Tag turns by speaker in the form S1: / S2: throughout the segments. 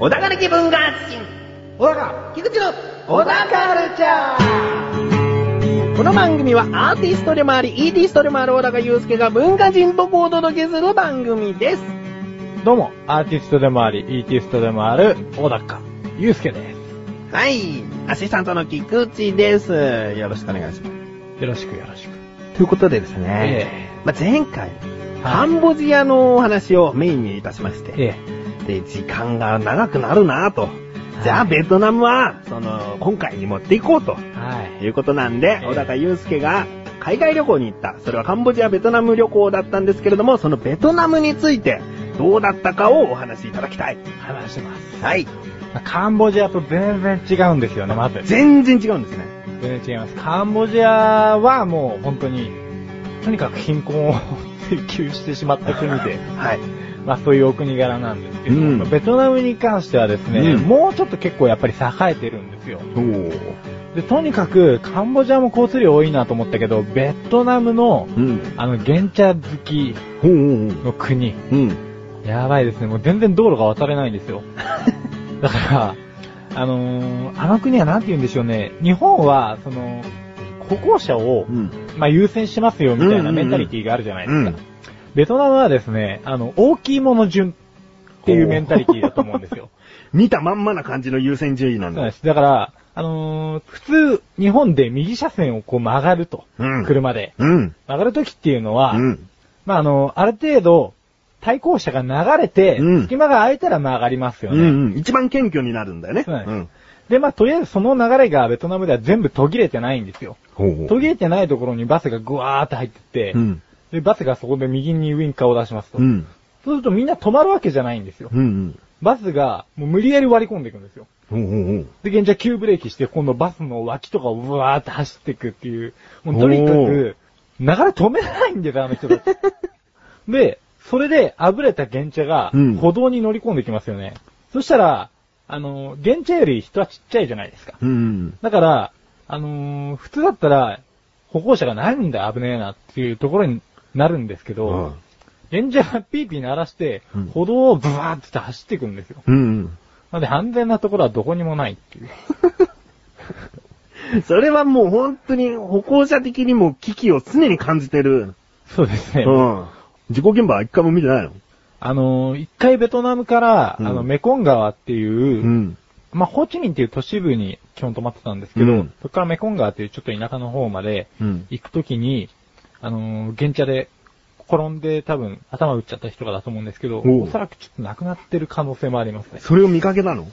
S1: 小高の気分が発信小高菊池の小高カルチャーこの番組はアーティストでもあり、イーティストでもある小高祐介が文化人っぽくお届けする番組です。
S2: どうも、アーティストでもあり、イーティストでもある、小高、ゆうすけです。
S1: はい。アシスタントの菊池です。よろしくお願いします。
S2: よろしくよろしく。
S1: ということでですね、まあ、前回、カ
S2: はい
S1: ンボジアのお話をメインにいたしまして、
S2: え
S1: で、時間が長くなるなぁと。じゃあ、
S2: はい
S1: ベトナムは、その、今回に持っていこうと。
S2: え。はい。
S1: いうことなんで、
S2: ええ
S1: 小高祐介が海外旅行に行った。それはカンボジア、ベトナム旅行だったんですけれども、そのベトナムについて、どうだったかをお話しいただきたい。
S2: 話してます。
S1: はい。
S2: カンボジアと全然違うんですよね、まず。
S1: 全然違うんですね。
S2: 全然違います。カンボジアはもう本当に、とにかく貧困を追求してしまった国 で、
S1: はい。
S2: まあそういうお国柄なんですけど、
S1: うん
S2: ベトナムに関してはですね、
S1: うん
S2: もうちょっと結構やっぱり栄えてるんですよ。
S1: おー。
S2: で、とにかくカンボジアも交通量多いなと思ったけど、ベトナムの、
S1: うん。
S2: あの、原茶好き
S1: ほう
S2: の国。
S1: ほううん。
S2: やばいですね。もう全然道路が渡れないんです よ。だから、あのーあの国はなんて言うんでしょうね。日本は、その、歩行者を、
S1: ん。
S2: まあ、優先しますよみたい
S1: うんうんう
S2: なんメンタリティがあるじゃないですか。
S1: うん
S2: ベトナムはですね、あの、大きいもの順っていうメンタリティだと思 うんですよ。
S1: 見たまんまな感じの優先順位なん
S2: そうな
S1: だ。
S2: んです。だから、あのー普通、日本で右車線をこう曲がると。
S1: うん
S2: 車で。
S1: うん。
S2: 曲がるときっていうのは、
S1: うん。
S2: まあ、あの、ある程度、対向車が流れて、
S1: うん
S2: 隙間が空いたら曲がりますよ
S1: うん
S2: ね。
S1: うん。一番謙虚になるんだよね。
S2: そうなんです
S1: ん。
S2: で、まあ、とりあえずその流れがベトナムでは全部途切れてないんですよ。
S1: ほう
S2: 途切れてないところにバスがぐわーって入ってって、
S1: うん。
S2: で、バスがそこで右にウインカーを出しますと。
S1: うん。
S2: そうするとみんな止まるわけじゃないんですよ。
S1: うんうん。
S2: バスがもう無理やり割り込んでいくんですよ。
S1: ほうほうほう。
S2: で、現状急ブレーキして、今度バスの脇とかをブワーって走っていくっていう、もうとにか
S1: おー
S2: く、流れ止めないんですよ、あの人たち。 で、それで、あぶれた原茶が
S1: うん、
S2: 歩道に乗り込んできますよね。そしたら、あの、原茶より人はちっちゃいじゃないですか。
S1: うん。
S2: だから、あのー普通だったら、歩行者がなんだ危ねえなっていうところになるんですけ
S1: う
S2: ど
S1: ん、
S2: 原茶がピーピー鳴らして
S1: うん、
S2: 歩道をブワーって走っていくんですよ。
S1: うん。
S2: なんで、安全なところはどこにもないっ ていう。
S1: それはもう本当に歩行者的にも危機を常に感じてる。
S2: そうで
S1: う
S2: すね。
S1: ん。事故現場は一回も見てないの
S2: あのー、一回ベトナムから、
S1: うん
S2: あの、メコン川っていう
S1: う、ん。
S2: まあ、ホーチミンっていう都市部に基本泊まってたんですけど、
S1: うん
S2: そこからメコン川っていうちょっと田舎の方まで
S1: うん。
S2: 行くときに、あのー、現茶で転んで多分頭打っちゃった人がだと思うんですけど、
S1: おう
S2: おそらくちょっと亡くなってる可能性もありますね。
S1: それを見かけたの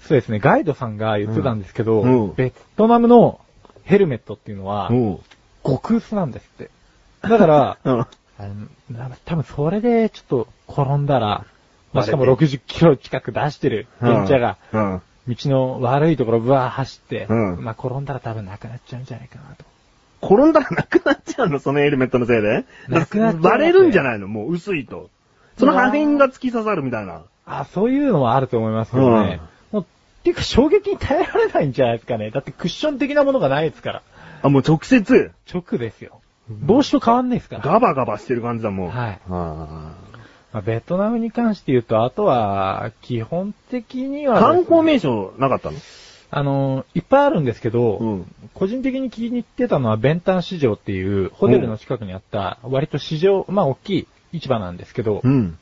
S2: そうですね、ガイドさんが言ってたんですけど、
S1: うんうん
S2: ベトナムのヘルメットっていうのは、
S1: お
S2: 極薄なんですって。だから、
S1: うん。
S2: あの、な多分それでちょっと転んだら、
S1: バレ
S2: まあ、
S1: て
S2: しかも60キロ近く出してる、電車が、
S1: うん。
S2: 道の悪いところぶわー走って、
S1: うん
S2: まあ転んだら多分なくなっちゃうんじゃないかなと。
S1: 転んだらなくなっちゃうのそのヘルメットのせいで。
S2: なくなっちゃう
S1: バレるんじゃないのもう薄いと。その破片が突き刺さるみたいな。
S2: あ、そういうのはあると思いますけどね。もう、っていうか衝撃に耐えられないんじゃないですかね。だってクッション的なものがないですから。
S1: あ、もう直接、
S2: 直ですよ。帽子と変わんないですから。
S1: ガバガバしてる感じだもん。
S2: はい
S1: あ
S2: まあ、ベトナムに関して言うと、あとは、基本的に
S1: ー。
S2: は、
S1: 観光名所なかったの
S2: あの、いっぱいあるんですけど、
S1: うん
S2: 個人的に気に入ってたのは、ベンタン市場っていう、ホテルの近くにあった、割と市場、まあ大きい市場なんですけど、
S1: ん。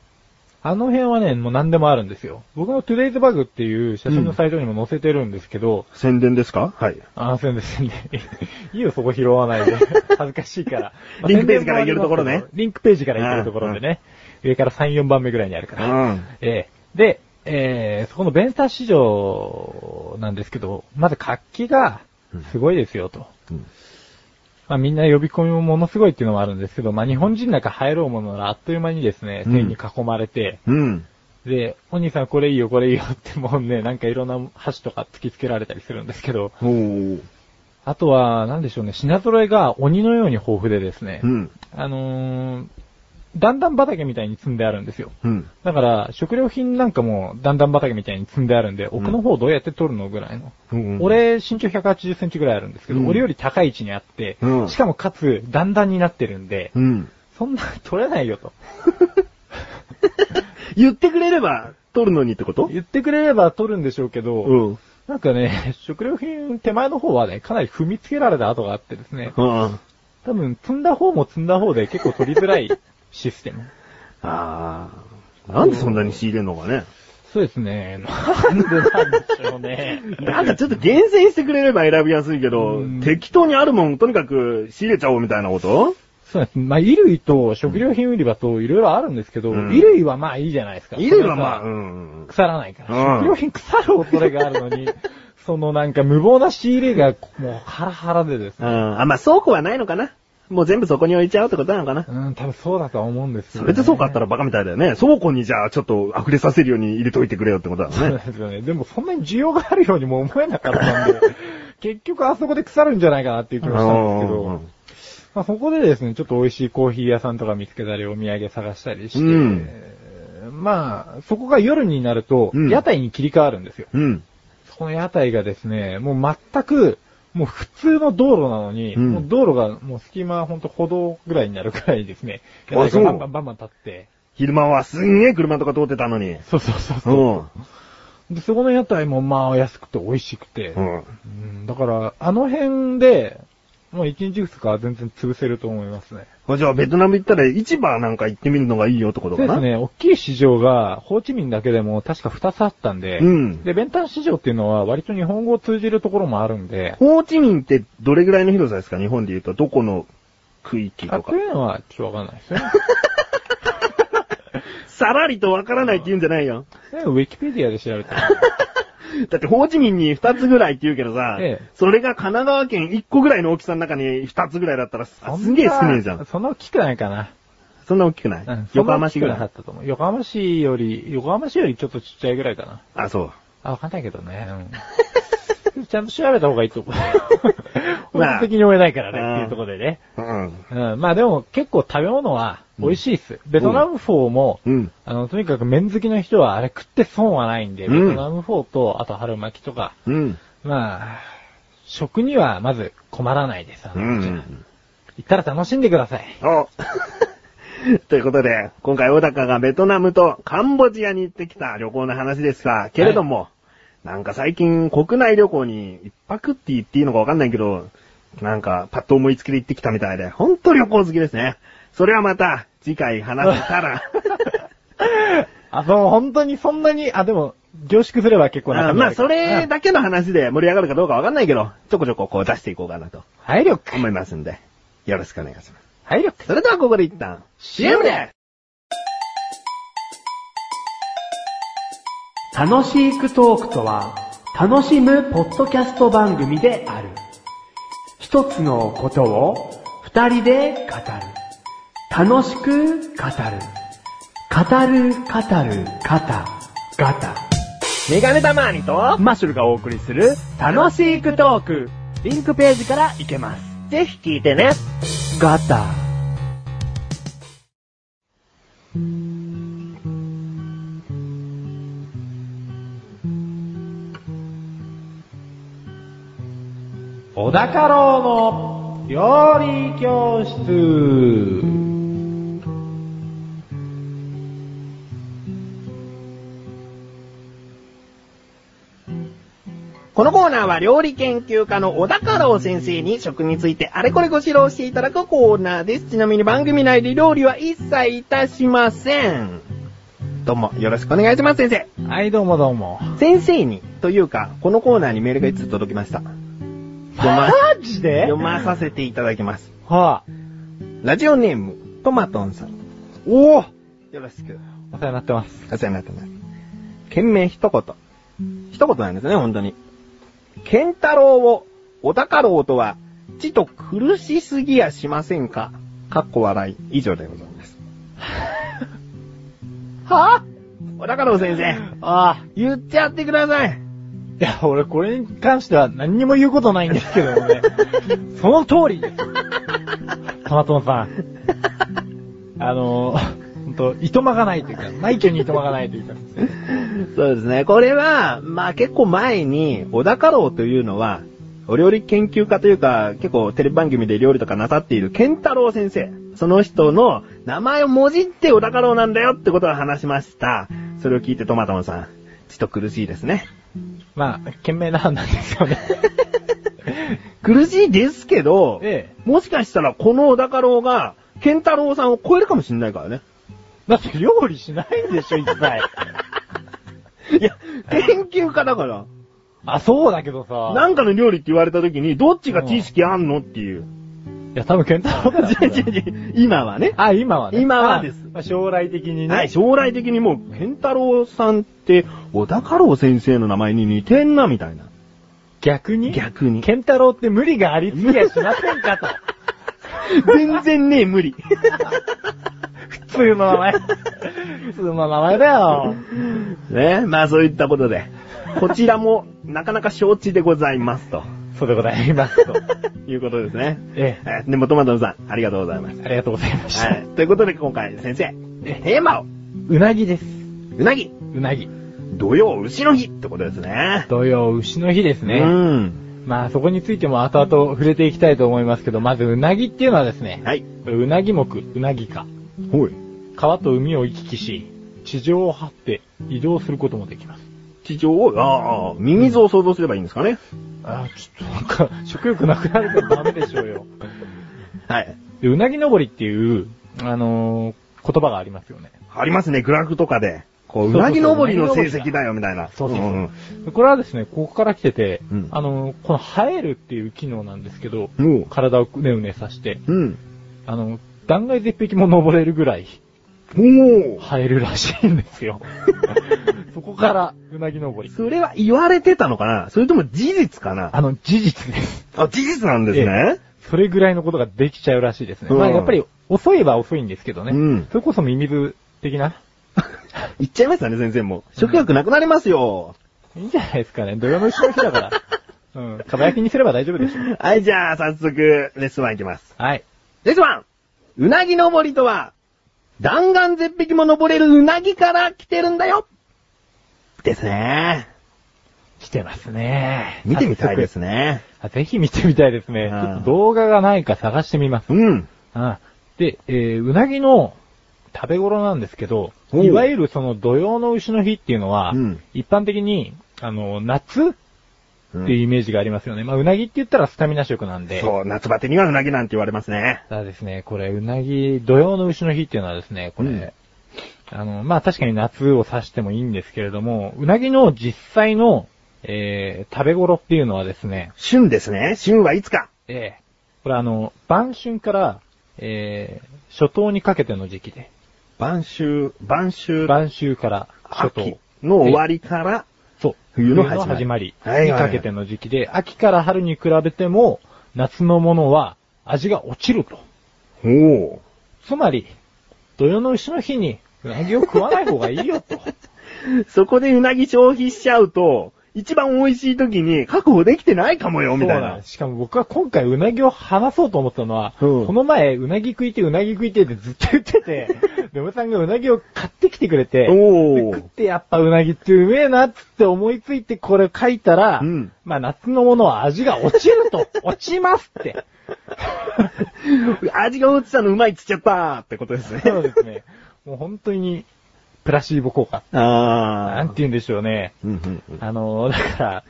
S2: あの辺はね、もう何でもあるんですよ。僕のトゥデイズバグっていう写真のサイトにも載せてるんですけど、
S1: 宣伝ですかはい。
S2: あ、すいませんね。 いいよ、そこ拾わない で。恥ずかしいから。
S1: リンクページから行けるところね
S2: リンクページから行けるところでね。上から3、4番目ぐらいにあるから。
S1: うん
S2: ええで、えーそこのベンスター市場なんですけど、まず活気がすごいですよと。
S1: うん
S2: まあみんな呼び込みもものすごいっていうのもあるんですけど、まあ日本人なんか入ろうものならあっという間にですね、
S1: うん
S2: 線に囲まれて、
S1: うん。
S2: で、お兄さんこれいいよこれいいよってもうね、なんかいろんな箸とか突きつけられたりするんですけど、
S1: おー。
S2: あとは、なんでしょうね、品揃えが鬼のように豊富でですね、
S1: うん。
S2: あのー、段々畑みたいに積んであるんですよ。
S1: うん。
S2: だから、食料品なんかも段々畑みたいに積んであるんで、
S1: ん
S2: 奥の方どうやって取るのぐらいの。
S1: うん、
S2: 俺、身長180センチぐらいあるんですけど、
S1: うん
S2: 俺より高い位置にあって、
S1: うん
S2: しかもかつ、段々になってるんで、
S1: うん。
S2: そんな取れないよと。
S1: 言ってくれれば、取るのにってこと
S2: 言ってくれれば取るんでしょうけど、
S1: うん。
S2: なんかね、食料品手前の方はね、かなり踏みつけられた跡があってですね、
S1: あ
S2: 多分積んだ方も積んだ方で結構取りづらいシステ ム。
S1: あー。なんでそんなに仕入れんのかね。
S2: そうです ね、なんでなんでしょうね。
S1: なんかちょっと厳選してくれれば選びやすいけど
S2: うん、
S1: 適当にあるもんとにかく仕入れちゃおうみたいなこと
S2: そうですね。まあ、衣類と食料品売り場といろいろあるんですけど、
S1: うん
S2: 衣類はまあいいじゃないですか。
S1: 入れはまあ、
S2: それ
S1: う
S2: はさ
S1: ん。
S2: 腐らないか
S1: う
S2: ら。
S1: ん
S2: 食料品腐る恐れがある のに、そのなんか無謀な仕入れがもうハラハラでですね。
S1: あ、まあ倉庫はないのかなもう全部そこに置いちゃうってことなのかな
S2: うん、多分そうだとは思うんですよ、
S1: そ
S2: ね。
S1: れで倉庫あったらバカみたいだよね。倉庫にじゃあちょっと溢れさせるように入れといてくれよってことだ
S2: そう
S1: よ
S2: な
S1: ね。
S2: んですよね。でもそんなに需要があるようにも思えなかったんで、 結局あそこで腐るんじゃないかなっていう気もしたんですけ
S1: う
S2: ど
S1: ん、
S2: まあ、そこでですね、ちょっと美味しいコーヒー屋さんとか見つけたりお土産探したりして、
S1: うん
S2: まあ、そこが夜になると、
S1: うん
S2: 屋台に切り替わるんですよ。
S1: うん。
S2: その屋台がですね、もう全く、もう普通の道路なのに、
S1: うん
S2: もう道路がもう隙間ほんと歩道ぐらいになるくらいですね、
S1: あ
S2: 屋台
S1: そう
S2: がバンバンバンバン立って、
S1: 昼間はすんげえ車とか通ってたのに。
S2: そうそうそう
S1: う
S2: そう、
S1: ん。
S2: で、そこの屋台もまあ安くて美味しくて、
S1: うん。
S2: うんだから、あの辺で、もう1日2日は全然潰せると思いますね。
S1: じゃあベトナム行ったら市場なんか行ってみるのがいいよってこ
S2: そ
S1: と
S2: う
S1: かな
S2: ですね、大きい市場が、ホーチミンだけでも確か2つあったんで、
S1: うん。
S2: で、ベンタン市場っていうのは割と日本語を通じるところもあるんで、
S1: ホーチミンってどれぐらいの広さですか日本で言うとどこの区域
S2: あ
S1: とか
S2: と。いうのはちょっとわかんないで すね。
S1: さらりとわからないって言うんじゃないよ。
S2: でウィキペディアで調べたら。
S1: だってホーチミンに2つぐらいって言うけどさ、
S2: ええ
S1: それが神奈川県1個ぐらいの大きさの中に2つぐらいだったらさすげえ少ねえじゃん。
S2: そんな大きくないかな。
S1: そんな大きくない、
S2: うん
S1: 横浜市ぐら
S2: そんな大きく
S1: い。
S2: なかったと思う。横浜市より、横浜市よりちょっとちっちゃいぐらいかな。
S1: あ、そう。
S2: あ、わかんないけどね。 うんちゃんと調べた方がいいと思う。
S1: まあ
S2: 俺的に追えないからね、
S1: うん
S2: っていうところでね。
S1: うん。
S2: うん、まあでも結構食べ物は美味しいっす。ベトナムフォーも、
S1: うん。
S2: あの、とにかく麺好きの人はあれ食って損はないんで、
S1: うん
S2: ベトナムフォーと、あと春巻きとか、
S1: うん。
S2: まあ、食にはまず困らないです。あ
S1: う
S2: の
S1: ん。
S2: 行ったら楽しんでください。
S1: お ということで、今回小高がベトナムとカンボジアに行ってきた旅行の話でした。けれども、なんか最近国内旅行に一泊って言っていいのかわかんないけど、なんかパッと思いつきで行ってきたみたいで、ほんと旅行好きですね。それはまた次回話せた ら。
S2: あ、そう、本当にそんなに、あ、でも、凝縮すれば結構
S1: あ
S2: な
S1: まあそれだけの話で盛り上がるかどうかわかんないけど、ちょこちょここう出していこうかなと
S2: 配力
S1: 思いますんで、よろしくお願いします。
S2: 配力
S1: それではここで一旦 CM です
S3: 楽しいクトークとは、楽しむポッドキャスト番組である。一つのことを二人で語る。楽しく語る。語る、語る、語、ガタ。メガネたまーにとマッシュルがお送りする楽しいクトーク。リンクページから行けます。ぜひ聞いてね。ガタ。
S2: 小高郎の料理教室。
S4: このコーナーは料理研究家の小高郎先生に食についてあれこれご指導していただくコーナーです。ちなみに番組内で料理は一切いたしません。どうもよろしくお願いします先生。
S2: はい、どうもどうも。
S4: 先生に、というか、このコーナーにメールがいつ届きました。読ま、
S2: ジで
S4: 読まさせていただきます。
S2: はあ、
S4: ラジオネーム、トマトンさん。
S2: おお
S4: よろしく。
S2: お世話になってます。
S4: お世話になってます。件名一言。一言なんですね、本当に。ケンタロウを、お高ろうとは、ちと苦しすぎやしませんかかっこ笑い。以上でございます。
S2: は
S4: お高ろう先生、
S2: あああ、
S4: 言っちゃってください。
S2: いや、俺これに関しては何にも言うことないんですけども ね。その通りです。トマトンさん。あのー、ほんと、いとまがないというか、内挙にいとまがないというか。
S1: そうですね。これは、まあ結構前に、小田家老というのは、お料理研究家というか、結構テレビ番組で料理とかなさっている健太郎先生。その人の名前をもじって小田家老なんだよってことを話しました。それを聞いてトマトンさん、ちょっと苦しいです ね。
S2: まあ、賢明な判断ですよ ね。
S1: 苦しいですけど、
S2: ええ
S1: もしかしたらこの小田家老が、健太郎さんを超えるかもしれない からね。
S2: だって料理しないんでしょ、一切。
S1: いや、研究家だから。
S2: あ、そうだけどさ。
S1: なん
S2: い
S1: んかの料理って言われた時に、どっちが知識あんのっていう。
S2: や、多分健太郎だ
S1: 違う違う違う今はね。
S2: あ、今はね。
S1: 今はです
S2: あまあ将来的にね。
S1: はい、将来的にもう、健太郎さんって、小田家老先生の名前に似てんな、みたいな。
S2: 逆に
S1: 逆に
S2: 健太郎って無理がありすぎやしませんかと。
S1: 全然ね、無理。
S2: 普通の名前。 普通の名前だよ。
S1: ね、まあそういったことで、こちらも、なかなか承知でございます、と
S2: そうでございます と。
S1: いうことですね。
S2: え
S1: はいでも、トマトさん、ありがとうございます。
S2: え、ありがとうございました。
S1: はい、ということで、今回、先生、テーマを、
S2: うなぎです。
S1: うなぎ、
S2: うなぎ。
S1: 土曜、牛の日ってことですね。
S2: 土曜、牛の日です
S1: う
S2: ね。
S1: ん。
S2: まあそこについても後々触れていきたいと思いますけど、まずうなぎっていうのはですね、
S1: はい。
S2: うなぎ目、うなぎか。
S1: ほい。
S2: 川と海を行き来し、地上を張って移動することもできます。
S1: 地上を、ああ、ミミズを想像すればいいんですかね。
S2: あーちょっとなんか、食欲なくなるからダメでしょうよ。
S1: はい。
S2: でうなぎ登りっていう、あのー言葉がありますよね。
S1: ありますね、グラフとかで。こう、う
S2: そうそうそう
S1: なぎ登りの成績だよ、みたいな。
S2: そうそうそうん
S1: ん
S2: これはですね、ここから来てて、
S1: うん
S2: あのーこの生えるっていう機能なんですけど、
S1: おう
S2: 体をうねうねさして、
S1: うん。
S2: あの、断崖絶壁も登れるぐらい
S1: お
S2: 生えるらしいんで すよ。そこから、うなぎ登り。
S1: それは言われてたのかなそれとも事実かな
S2: あの、事実です。
S1: あ、事実なんですね。
S2: それぐらいのことができちゃうらしいですね。
S1: うん
S2: まあやっぱり遅いは遅いんですけどね。
S1: うん
S2: それこそミミズ的な。
S1: 言っちゃいましたね、先生も。食欲なくなりますよ。
S2: いいんじゃないですかね。土曜の後ろ日 だから。うん。かば焼きにすれば大丈夫でしょ。
S1: はい、じゃあ、早速、レッスン1いきます。
S2: はい。
S1: レッスン 1! うなぎ登りとは、弾丸絶壁も登れるうなぎから来てるんだよですね。
S2: 来てますね。
S1: 見てみたいですね。
S2: あ。ぜひ見てみたいですね。ち
S1: うん
S2: ょっと動画がないか探してみます。
S1: うん。
S2: あで、えー、うなぎの食べ頃なんですけど、
S1: おう
S2: いわゆるその土用の牛の日っていうのは、
S1: うん
S2: 一般的に、あの、夏
S1: う
S2: っていうんイメージがありますよね。まあ、うなぎって言ったらスタミナ食なんで。
S1: そう、夏バテにはうなぎなんて言われますね。
S2: ただですね、これ、うなぎ、土用の牛の日っていうのはですね、これ、
S1: うん
S2: あの、まあ、確かに夏を指してもいいんですけれども、うなぎの実際の、えー、食べ頃っていうのはですね、
S1: 旬ですね。旬はいつか。
S2: えー、これあの、晩春から、えー、初冬にかけての時期で、
S1: 晩秋、晩秋、
S2: 晩秋から初冬
S1: 秋。の終わりから、
S2: そう。
S1: 冬の
S2: 冬の
S1: 始
S2: 始
S1: ま
S2: ま
S1: り
S2: り
S1: はい
S2: に
S1: はいはい
S2: かけての時期で、秋から春に比べても、夏のものは味が落ちると。
S1: おお
S2: つまり、土用の牛の日に、うなぎを食わない方がいいよと。
S1: そこでうなぎ消費しちゃうと、一番美味しい時に確保できてないかも よ、みたい
S2: そう。
S1: なん
S2: しかも僕は今回うなぎを話そうと思ったのは、
S1: うん
S2: この前うなぎ食いてえうなぎ食いてえってずっと言ってて、 でもさんがうなぎを買ってきてくれて、
S1: お
S2: で食ってやっぱうなぎってうめえなっつって思いついてこれ書いたら、
S1: うん
S2: まあ夏のものは味が落ちる と、落ちますって。
S1: 味が落ちたのうまいっつっちゃったってことですね。
S2: そうですね。もう本当に、プラシーボ効果。な
S1: あ
S2: んて言うんでしょうね。
S1: うんうんうん
S2: あのー、だから、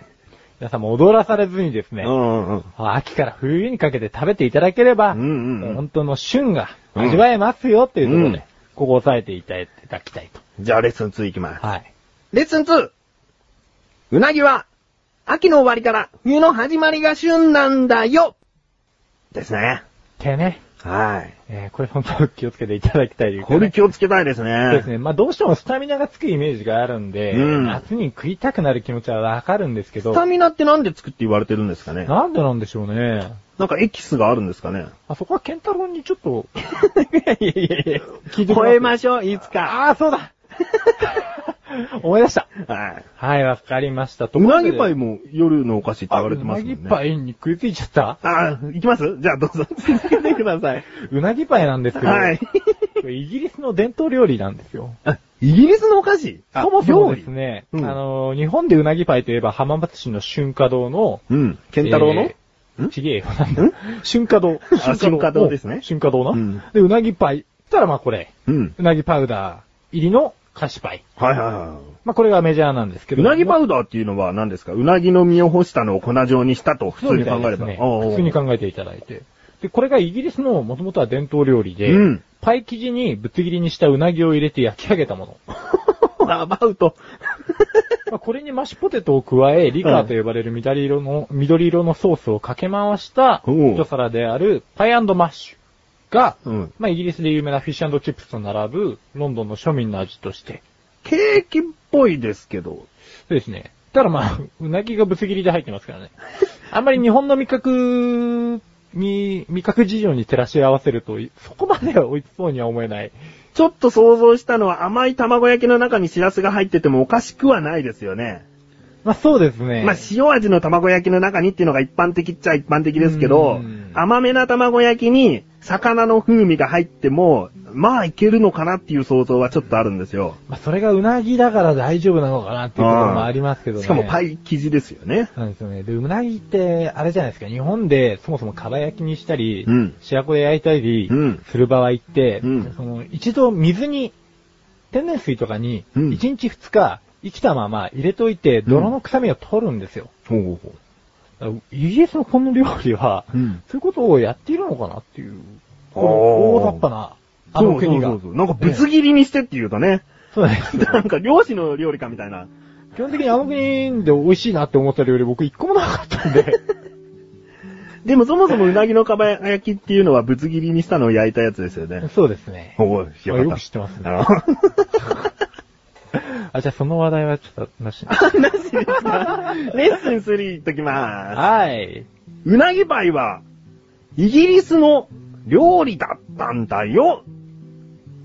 S2: 皆さんも踊らされずにですね、
S1: うんうん
S2: 秋から冬にかけて食べていただければ、
S1: うんうんうん
S2: 本当の旬が味わえますよっていうところで、
S1: うん
S2: ここ押さえていただきたいと。
S1: じゃあレッスン2いきます。
S2: はい。
S1: レッスン 2! うなぎは、秋の終わりから冬の始まりが旬なんだよですね。
S2: てね、
S1: はい。
S2: えーこれ本当気をつけていただきたいというか
S1: こ
S2: ね
S1: れ気をつけたいです
S2: そうです
S1: ね。
S2: ね。まあどうしてもスタミナがつくイメージがあるんで、
S1: うん
S2: 夏に食いたくなる気持ちはわかるんですけど
S1: ス、タミナってなんでつくって言われてるんですかね
S2: なんでなんでしょうね。
S1: なんかエキスがあるんですかね
S2: あそこはケンタロウにちょっと、
S1: いやいやいや
S2: 聞いても
S1: 超
S2: らって
S1: えましょう、いつか。
S2: ああ、そうだ 思い出した。
S1: はい。
S2: はい、わかりました。と
S1: う
S2: ころ
S1: な
S2: で
S1: ぎパイも夜のお菓子って言われてますもんね。
S2: あうなぎパイに食いついちゃった
S1: あ、いきますじゃあどうぞ。続けてください。
S2: うなぎパイなんですけど、
S1: はい。
S2: イギリスの伝統料理なんですよ。
S1: あイギリスのお菓子
S2: そもそもです
S1: 料理
S2: ね、
S1: うん
S2: あの、日本でうなぎパイといえば浜松市の春華堂の、
S1: うん。ケンタロウの、
S2: えーちげえよ、なんだ。春華堂。
S1: あ春華堂ですね
S2: 春華堂な、
S1: うん
S2: で、うなぎパイ。ったらまあこれ、
S1: うん。
S2: うなぎパウダー入りの菓子パイ。
S1: はいはいは
S2: まあこれがメジャーなんですけ
S1: い。う
S2: ど。
S1: なぎパ
S2: ウ
S1: ウダーっていうのは何ですかうなぎの身を干したのを粉状にしたと、普通に考えれば。
S2: ね、
S1: おうおう
S2: 普通に考えていただいて。で、これがイギリスの元々は伝統料理で、
S1: うん
S2: パイ生地にぶつ切りにしたうなぎを入れて焼き上げ たもの。
S1: アバウト。
S2: まあこれにマッシュポテトを加え、リカーと呼ばれる緑色の、緑色のソースをかけ回した
S1: おう
S2: 一皿であるパイマッシュが、
S1: うん
S2: まあイギリスで有名なフィッシュチップスと並ぶロンドンの庶民の味として。
S1: ケーキっぽいですけど。
S2: そうですね。ただまあ、うなぎがぶつ切りで入ってますからね。あんまり日本の味覚に、味覚事情に照らし合わせると、そこまでは美味しそうには思えない。
S1: ちょっと想像したのは甘い卵焼きの中にシラスが入っててもおかしくはないですよね。
S2: まあそうですね。
S1: まあ塩味の卵焼きの中にっていうのが一般的っちゃ一般的ですけど
S2: うん、
S1: 甘めな卵焼きに魚の風味が入っても、まあいけるのかなっていう想像はちょっとあるんですよ。
S2: まあそれがうなぎだから大丈夫なのかなっていうこともありますけどね。
S1: しかもパイ生地ですよね。
S2: そうなんですよね。で、うなぎって、あれじゃないですか、日本でそもそも蒲焼きにしたり、
S1: うん
S2: 白子で焼いたり
S1: うん
S2: する場合って、
S1: うん
S2: その一度水に、天然水とかに、
S1: うん
S2: 1日2日生きたまま入れといて、泥の臭みを取るんですよ。
S1: ほうほうほう。
S2: だからイギリスのこの料理は、
S1: うん
S2: そういうことをやっているのかなっていう、こ
S1: おー
S2: の大雑把な、あの国が。
S1: そうそうそうそうなんかぶつ切りにしてって言うとね、
S2: そうなんですよ。
S1: なんか漁師の料理かみたいな。
S2: 基本的にあの国で美味しいなって思った料理僕一個もなかったんで。
S1: でもそもそもうなぎのかば焼きっていうのはぶつ切りにしたのを焼いたやつですよ ね。
S2: そうですね。
S1: おい、
S2: あよく知ってますね あ、じゃあその話題はちょっとなし。
S1: なしですかレッスン3いっときま
S2: はい。
S1: す。うなぎパイは、イギリスの料理だったんだよ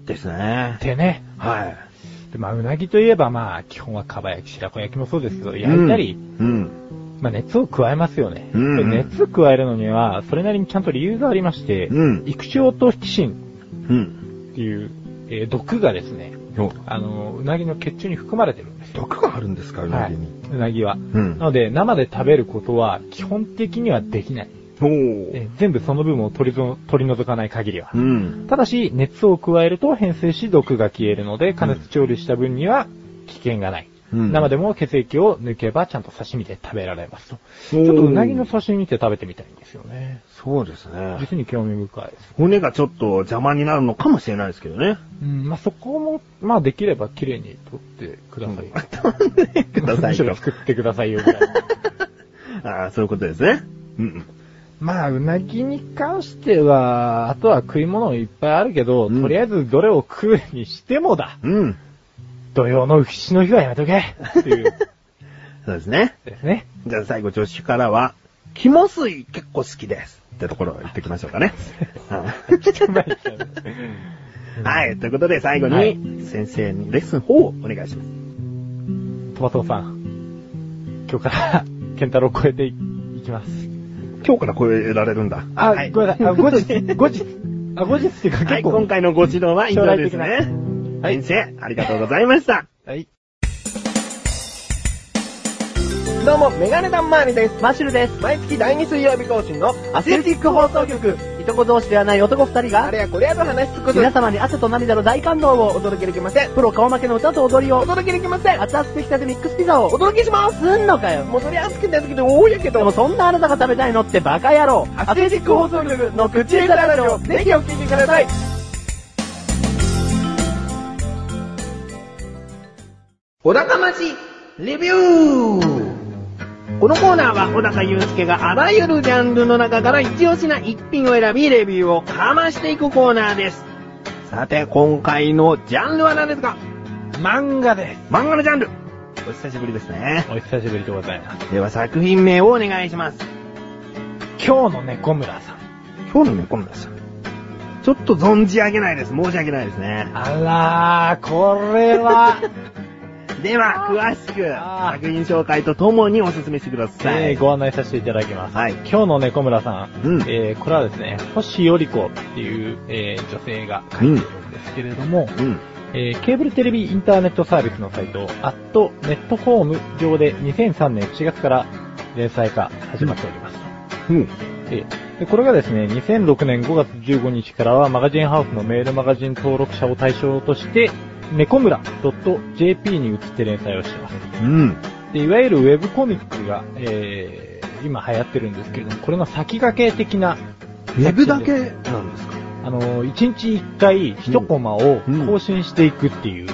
S1: ですね。
S2: でね。
S1: はい。
S2: で、まあ、うなぎといえば、まあ、基本はかば焼き、白子焼きもそうですけど、焼いたり、
S1: うん。
S2: まあ、熱を加えますよね。
S1: うんうん
S2: で熱を加えるのには、それなりにちゃんと理由がありまして、
S1: うん
S2: 育種オトキシン
S1: うん。
S2: っていう、えー毒がですね、あの、うなぎの血中に含まれてるんです。
S1: 毒があるんですか、う
S2: はい。うなぎは。
S1: うん
S2: なので、生で食べることは、基本的にはできない。
S1: おー。
S2: え全部その部分を取りぞ取り除かない限りは。
S1: うん。
S2: ただし、熱を加えると変性し毒が消えるので、加熱調理した分には危険がない。
S1: うん
S2: 生でも血液を抜けばちゃんと刺身で食べられますと。ち
S1: おー
S2: ょっとうなぎの刺身って食べてみたいんですよね。
S1: そうですね。
S2: 実に興味深いです。
S1: 骨がちょっと邪魔になるのかもしれないですけどね。
S2: うん、まあ、そこも、まあ、できれば綺麗に取ってください。
S1: く ださ
S2: む
S1: い
S2: しろ
S1: よ。
S2: 作ってくださいよ、みたいな。
S1: ああ、そういうことですね。うん。
S2: まあ、うなぎに関しては、あとは食い物いっぱいあるけど、
S1: うん
S2: とりあえずどれを食うにしてもだ。
S1: うん。
S2: 土曜の牛の日はやめとけっていう
S1: そうですね。
S2: ですね。
S1: じゃあ最後、助手からは、肝水結構好きです。ってところを言っておきましょうかね。
S2: ちょっと前に来たね
S1: はい。ということで最後
S2: はい
S1: に、先生にレッスン4をお願いします。
S2: トマトさん、今日から、 ケンタロウを超えていきます。
S1: 今日から超えられるんだ。
S2: あ、
S1: はい
S2: ごめんなさい。あ、後 日、後日。あ、後日っていうか
S1: はい、
S2: 結構。
S1: 今回のご指導は以上ですね。
S2: なはい
S1: 先生、ありがとうございました。
S2: はい。
S4: どうも、メガネタンマーニです。マッシュルです。毎月第2水曜日更新のアスレティック放送局。
S5: いとこ同士ではない男二人
S4: あ
S5: が、
S4: れやこれやと話すことで
S5: 皆、様に汗と涙の大感動
S4: お
S5: を、
S4: 届けできません。
S5: プロ顔負けの歌と踊り
S4: お
S5: を、
S4: 届けできません。
S5: 熱々できたてミックスピザ
S4: お
S5: を、
S4: 届けします。
S5: すんのかよ。
S4: もうそれ熱くて熱くて多いやけ
S5: でも
S4: ど、
S5: そんなあなたが食べたいのってバカ野郎。
S4: アスレティック放送局の口下手ラジオ、ぜひお聞きください。小高町、レビューこのコーナーは小高祐介があらゆるジャンルの中から一押しな一品を選び、レビューをかましていくコーナーです。
S1: さて、今回のジ
S4: ジ
S1: ャ
S4: ャ
S1: ン
S4: ン
S1: ル
S4: ル
S1: は
S4: は何
S1: 何で
S4: ですす
S1: か
S4: か
S2: 漫画です。
S1: 漫画のジャンル。お久しぶりですね。
S2: お久しぶりでございます。
S1: では作品名をお願いします。
S2: 今日の猫村さん。
S1: 今日の猫村さん。ちょっと存じ上げないです。申し訳ないですね。
S2: あらー、これは、
S1: では、詳しく、
S2: あー
S1: 作品紹介とともにお勧めしてくださ
S2: えー
S1: い。
S2: ご案内させていただきます。
S1: はい
S2: 今日の猫村さん、
S1: うん
S2: えーこれはですね、星より子っていう、えー女性が書いてるんですけれども、
S1: うん。
S2: えーケーブルテレビインターネットサービスのサイト、アットネットホーム上で2003年4月から連載が始まっております。
S1: うん。
S2: えーでこれがですね、2006年5月15日からはマガジンハウスのメールマガジン登録者を対象として、猫村 .jp に移って連載をしています。
S1: うん。
S2: で、いわゆるウェブコミックが、えー、今流行ってるんですけれども、これの先駆け的な、
S1: ウェブだけなんですか
S2: あのー、1日1回1コマを
S1: うん
S2: 更新していくっ ていう、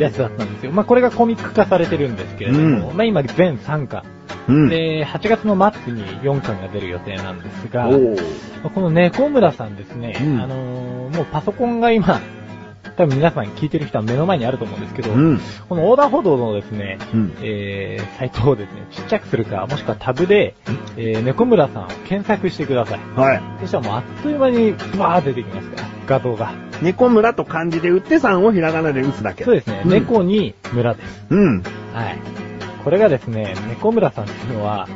S2: やつだったんですよ。まあ、これがコミック化されてるんですけれども、
S1: う
S2: まあ、今全3巻。
S1: うん。
S2: で、8月の末に4巻が出る予定なんです
S1: お
S2: が、
S1: ー
S2: まあこの猫村さんですね、
S1: うん
S2: あのーもうパソコンが今、多分皆さん聞いてる人は目の前にあると思うんですけど、
S1: うん。
S2: この横断歩道のですね、
S1: うん
S2: えー、サイトをですね、ちっちゃくするか、もしくはタブで、えー、猫村さんを検索してください。
S1: はい。
S2: そしたらもうあっという間に、バーって出てきますから、画像が。
S1: 猫村と漢字で打ってさんをひらがなで打つだけ。
S2: そうですね、
S1: うん
S2: 猫に村です。
S1: うん。
S2: はい。これがですね、猫村さんっていうのは、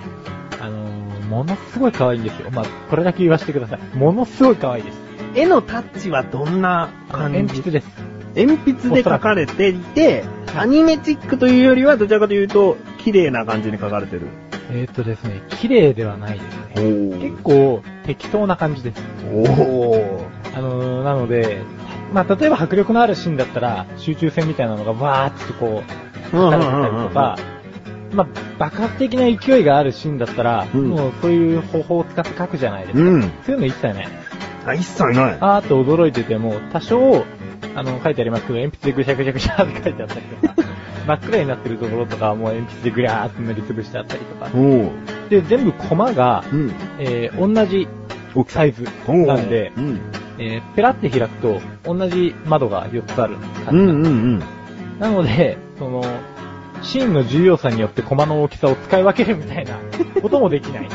S2: あのーものすごい可愛いんですよ。まあ、これだけ言わせてください。ものすごい可愛いです。
S1: 絵のタッチはどんな感じ
S2: 鉛筆です。
S1: 鉛筆で描かれていて、
S2: は
S1: ア
S2: い
S1: ニメチックというよりはどちらかというと、綺麗な感じに描かれてる。
S2: えー、っとですね、綺麗ではないですね。結構適当な感じです。
S1: おー。
S2: あのーなので、まあ、例えば迫力のあるシーンだったら、集中戦みたいなのがわーってこう、
S1: うんう
S2: 垂れて
S1: ん
S2: た
S1: う
S2: り
S1: んうん
S2: とか、まあ、爆発的な勢いがあるシーンだったら、
S1: うん
S2: もうそういう方法を使って描くじゃないですか。
S1: うん。
S2: そういうの一切ない。
S1: あ、一切ない。
S2: あーって驚いてても、多少、あの、書いてありますけど、鉛筆でぐしゃぐしゃぐしゃって書いてあったりとか、真っ暗になってるところとかはもう鉛筆でぐりゃーって塗りつぶしてあったりとか
S1: お。ー。
S2: で、全部コマが、
S1: うん。
S2: えー同じサイズなんで、
S1: うん。
S2: えーペラって開くと、同じ窓が4つある
S1: う
S2: 感じ
S1: ん
S2: なん
S1: う
S2: です、
S1: ん
S2: なので、その、シーンの重要さによってコマの大きさを使い分けるみたい なこともできない。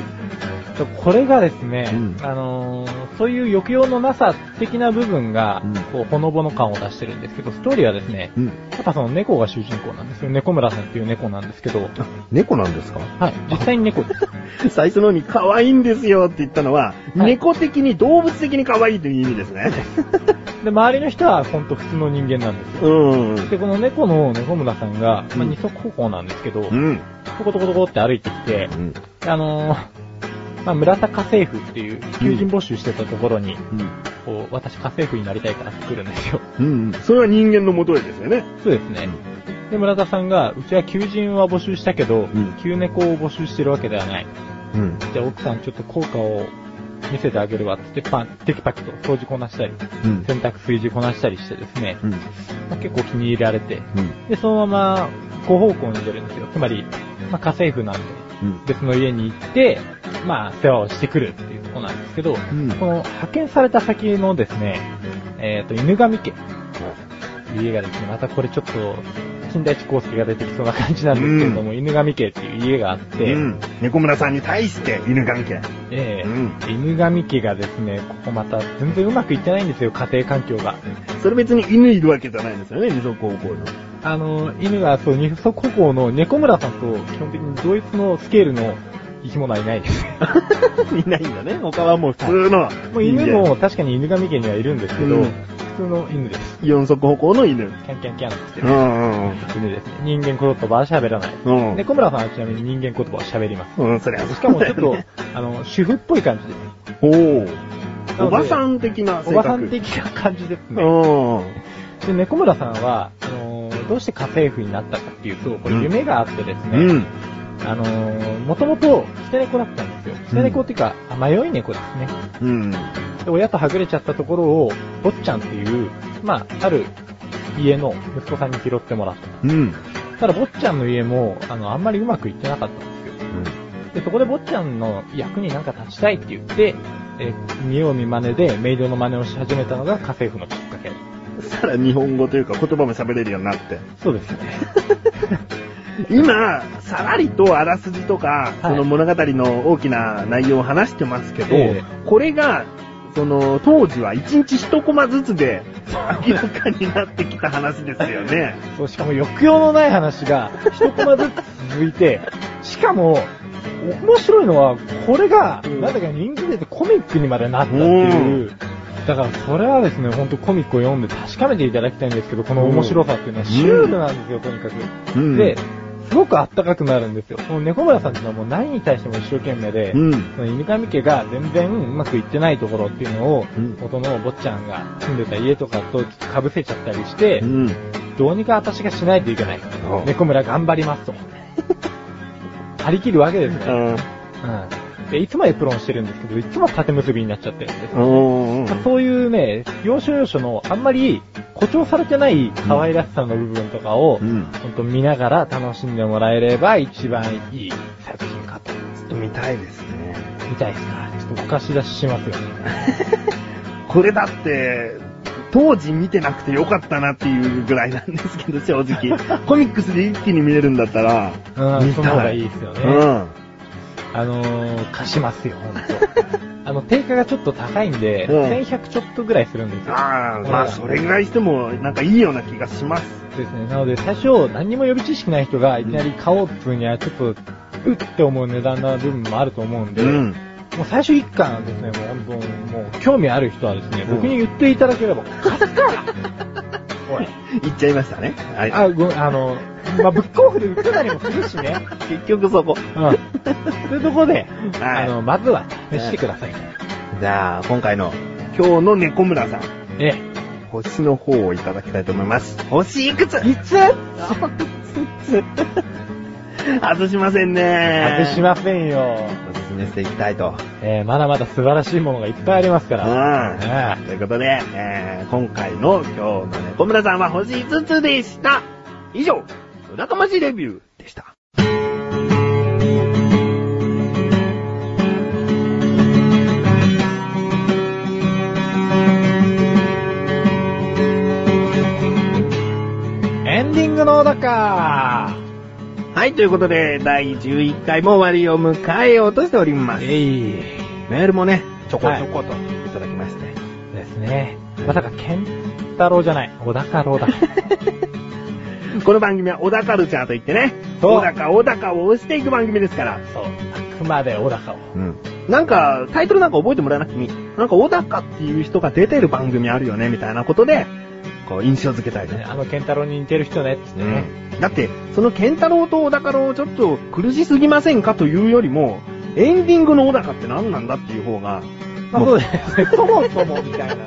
S2: そうこれがですね、
S1: うん
S2: あのーそういう抑揚のなさ的な部分が、
S1: うん
S2: こう、ほのぼの感を出してるんですけど、ストーリーはですね、
S1: うん。うん。
S2: やっぱその猫が主人公なんですよ。猫村さんっていう猫なんですけど、
S1: あ、猫なんですか
S2: はい、実際に猫です。
S1: 最初のに可愛いんですよって言ったのは、猫的に動物的に可愛いという意味ですね。
S2: で、周りの人はほんと普通の人間なんですよ。
S1: うん。
S2: で、この猫の猫村さんが、
S1: うん
S2: まあ、二足歩行なんですけ ど、
S1: う
S2: ト
S1: ん。
S2: コトコトコって歩いてきて、
S1: うん。
S2: あのー、まあ、村田家政婦っていう、求人募集してたところに、こう、私家政婦になりたいからって来るんですよ。
S1: うん。うん。それは人間の元へですよね。
S2: そうですね。で、村田さんが、うちは求人は募集したけど
S1: ん、
S2: 求猫を募集してるわけではない。
S1: うん。
S2: じゃあ奥さんちょっと効果を見せてあげるわって言って、パン、テキパキと掃除こなしたり、
S1: うん。
S2: 洗濯炊事こなしたりしてですね、
S1: うん。
S2: まあ結構気に入られて、
S1: うん。
S2: で、そのまま、ご方向に出るんですよ。つまり、まあ、家政婦なんで、
S1: うん。
S2: 別の家に行って、まあ、世話をしてくるっていうところなんですけど、
S1: ん
S2: この派遣された先のですね、えっ、と、犬神家という家がですね、またこれちょっと、金田一光介が出てきそうな感じなんですけれども、犬神家っていう家があって、
S1: うん。猫村さんに対して犬神家。
S2: えー
S1: うん
S2: 犬神家がですね、ここまた全然うまくいってないんですよ、家庭環境が。
S1: それ別に犬いるわけじゃないんですよね、二足歩行 の。
S2: あの、犬がそう、二足歩行の猫村さんと基本的に同一のスケールの生き物はいな いです。
S1: いないんだね。他はもう普通の。
S2: もう犬も確かに犬神家にはいるんですけど、
S1: うん
S2: 普通の犬です。
S1: 四足歩行の犬。
S2: キャンキャンキャンってして
S1: う
S2: る
S1: んうん
S2: 犬ですね。人間言葉は喋らない。
S1: うん。
S2: 猫村さんはちなみに人間言葉を喋りま
S1: うん、そりゃ。
S2: す。しかもちょっ と、あの、主婦っぽい感じです。
S1: おー
S2: なので
S1: おばさん的な性
S2: お
S1: 格。
S2: ばさん的な感じです
S1: う
S2: ね。
S1: ん。
S2: で、猫村さんは、あのー、どうして家政婦になったかっていうと、これ
S1: うん
S2: 夢があってです
S1: う
S2: ね、
S1: ん。
S2: あのー、もともと捨て猫だったんですよ。捨て猫っていうか、あ迷い猫ですね。
S1: うん。
S2: で親とはぐれちゃったところを、坊っちゃんっていう、まあ、ある家の息子さんに拾ってもらっ
S1: う
S2: た。
S1: ん。
S2: ただ、坊っちゃんの家も、あの、あんまりうまくいってなかったんですよ。で、そこで坊っちゃんの役になんか立ちたいって言って、えー、見よう見真似でメイドの真似をし始めたのが家政婦のきっかけ。
S1: さら日本語というか言葉も喋れるようになって。
S2: そうですね。
S1: 今、さらりとあらすじとか、
S2: は
S1: そ
S2: い
S1: の物語の大きな内容を話してますけど、
S2: え
S1: これが、その、当時は1日1コマずつで明らかになってきた話ですよね。
S2: そう、しかも抑揚のない話が一コマずつ続いて、しかも、面白いのは、これが、
S1: うん
S2: なんだか人気出てコミックにまでなったっていう。だからそれはですね、ほんとコミックを読んで確かめていただきたいんですけど、この面白さっていうのはシュールなんですよ、とにか
S1: う
S2: く。
S1: ん
S2: で、すごくあったかくなるんですよ。この猫村さんっていうのはもう何に対しても一生懸命で、
S1: うん。
S2: その犬神家が全然うまくいってないところっていうのを、
S1: うん
S2: 元の坊ちゃんが住んでた家とかとかぶせちゃったりして、
S1: うん。
S2: どうにか私がしないといけない
S1: おう。
S2: 猫村頑張ります と。張り切るわけですね。うん。で、いつもエプロンしてるんですけど、いつも縦結びになっちゃってるんです。
S1: うん。
S2: そういうね、要所要所のあんまり誇張されてない可愛らしさの部分とかを、
S1: うん。
S2: ほんと見ながら楽しんでもらえれば一番いい作品かと。
S1: ちょっと見たいですね。
S2: みたいですか。ちょっとお貸し出ししますよね。
S1: これだって、当時見てなくてよかったなっていうぐらいなんですけど、正 直。コミックスで一気に見れるんだったら、
S2: う
S1: 見
S2: ん、
S1: た
S2: そ
S1: い
S2: の方がいいですよね。
S1: うん。
S2: あのー、貸しますよ、ほんと。 あの、定価がちょっと高いんで、
S1: うん
S2: 1100ちょっとぐらいするんですよ。
S1: ああ、まあそれぐらいしても、なんかいいような気がします。
S2: ですね。なので、最初、何にも予備知識ない人が、いきなり買おうっていうには、ちょっと、うって思う値段な部分もあると思うんで、もう。最初一巻はですね、もう本当、もう、興味ある人はですね、
S1: うん
S2: 僕に言っていただければ、買ったおい、
S1: 言っちゃいましたね。はい。
S2: あ、ごめん、あの、まあ、ブックオフで売ってたりもするし ね。
S1: 結局そこ。
S2: うん。そういうとこで、
S1: はい
S2: あの、まずは、試してください。
S1: じゃあ、今回の、今日の猫村さん、
S2: ええ。
S1: 星の方をいただきたいと思います。星いくつ
S2: いつ
S1: 外しませんね。
S2: 外しませんよ。
S1: おすすめしていきたいと。
S2: えー、まだまだ素晴らしいものがいっぱいありますから。
S1: うんということで、えー今回の今日の猫村さんは星5つでした。以上、うらかましレビューでした。
S2: エンディングの小高
S1: はい、ということで、第11回も終わりを迎えようとしております。
S2: えい。
S1: メールもね、ちょこちょこといただきまして。
S2: ですね。まさか、ケンタロウじゃない。小高郎だ。
S1: この番組は小田カルチャーといってね、
S2: そう
S1: 小高小高を押していく番組ですから。
S2: そう。あくまで小高を。
S1: うん。なんか、タイトルなんか覚えてもらえなくてもいい。なんか小高っていう人が出てる番組あるよね、みたいなことで、こう、印象付けたい
S2: ね
S1: ね。
S2: あのケンタロウに似てる人ね、つってね。
S1: だって、そのケンタロウと小高のちょっと苦しすぎませんかというよりも、エンディングの小高って何なんだっていう方が、
S2: まあそうですね。そもそもみたいなね。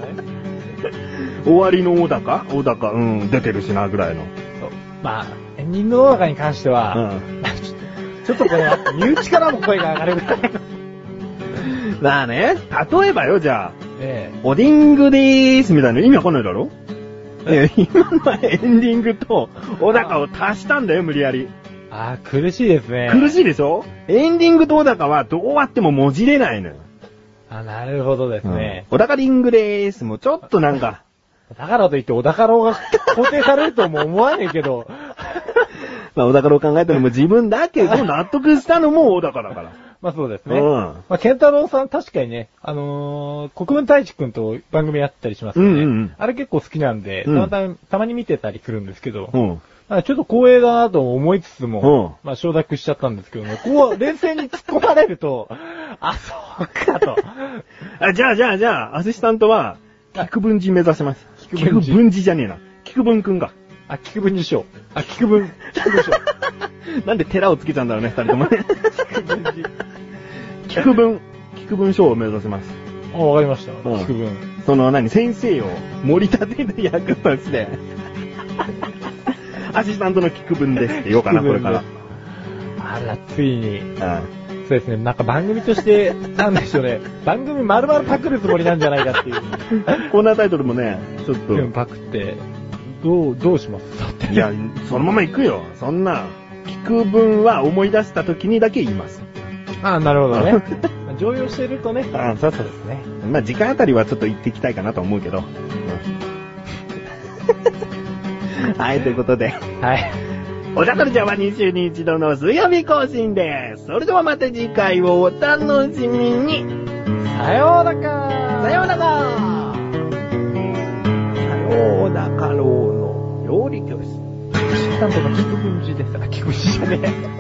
S1: 終わりの小高小高、うん、出てるしな、ぐらいの。
S2: そう。まあ、エンディングの小高に関しては、
S1: うん
S2: まあちょっとちょっとこれ、身内からも声が上がるぐらいの。
S1: まあね、例えばよ、じゃあ、
S2: え
S1: おディングでーすみたいな意味わかんないだろえ、今のエンディングと、小高を足したんだよ、無理やり。
S2: えああ、苦しいですね。
S1: 苦しいでしょエンディングと小高はどうあってももじれないのよ。
S2: あ、なるほどですね。
S1: 小高リングでーす。もうちょっとなん か、
S2: だからといって、小高郎が肯定されるとも思わねえけど、
S1: まあ小高を考えたのも自分だけど、納得したのも小高だから。
S2: まあそうです
S1: う
S2: ね。ま
S1: ん。
S2: あ、ケンタロウさん確かにね、あのー、国分太一くんと番組やったりしますよね。
S1: うんうんうん
S2: あれ結構好きなんで、た
S1: うん
S2: またまたまに見てたりするんですけど、
S1: うん。
S2: まあちょっと光栄だなと思いつつも、
S1: う
S2: まあ承諾しちゃったんですけども、こう、冷静に突っ込まれると、 あ、そうかと。
S1: あ、じゃあじゃあじゃあ、アシスタントは、菊文治目指します。
S2: 菊文治
S1: 菊文治じゃねえな。菊文くんが。
S2: あ、菊文受賞。あ、菊文、菊文賞。
S1: なんで寺をつけちゃうんだろうね、二人とも ね。菊文、菊文賞を目指します。
S2: あ、わかりました。
S1: ん
S2: 菊文。
S1: その何、先生を盛り立てる役と して、アシスタントの菊文ですって言おうかな、これから。
S2: あら、ついに。
S1: うん
S2: そうですね、なんか番組として、なんでしょうね、番組丸々パクるつもりなんじゃないかっていう。
S1: コーナータイトルもね、ちょっと、
S2: でもパクって、どう、どうしますだって。
S1: いや、そのまま行くよ。そんな、菊文は思い出した時にだけ言います。
S2: ああ、なるほどね。 まあ常用してるとね。
S1: あそうそう
S2: ですね。
S1: まあ次回あたりはちょっと行っていきたいかなと思うけど。 はい、ということで。
S2: はい。
S1: おじゃかるちゃんは2週に一度の水曜日更新です。それではまた次回をお楽しみに。
S2: さようなら
S1: さようなら
S2: 担当の菊文字です。あ、菊文字じゃねえ。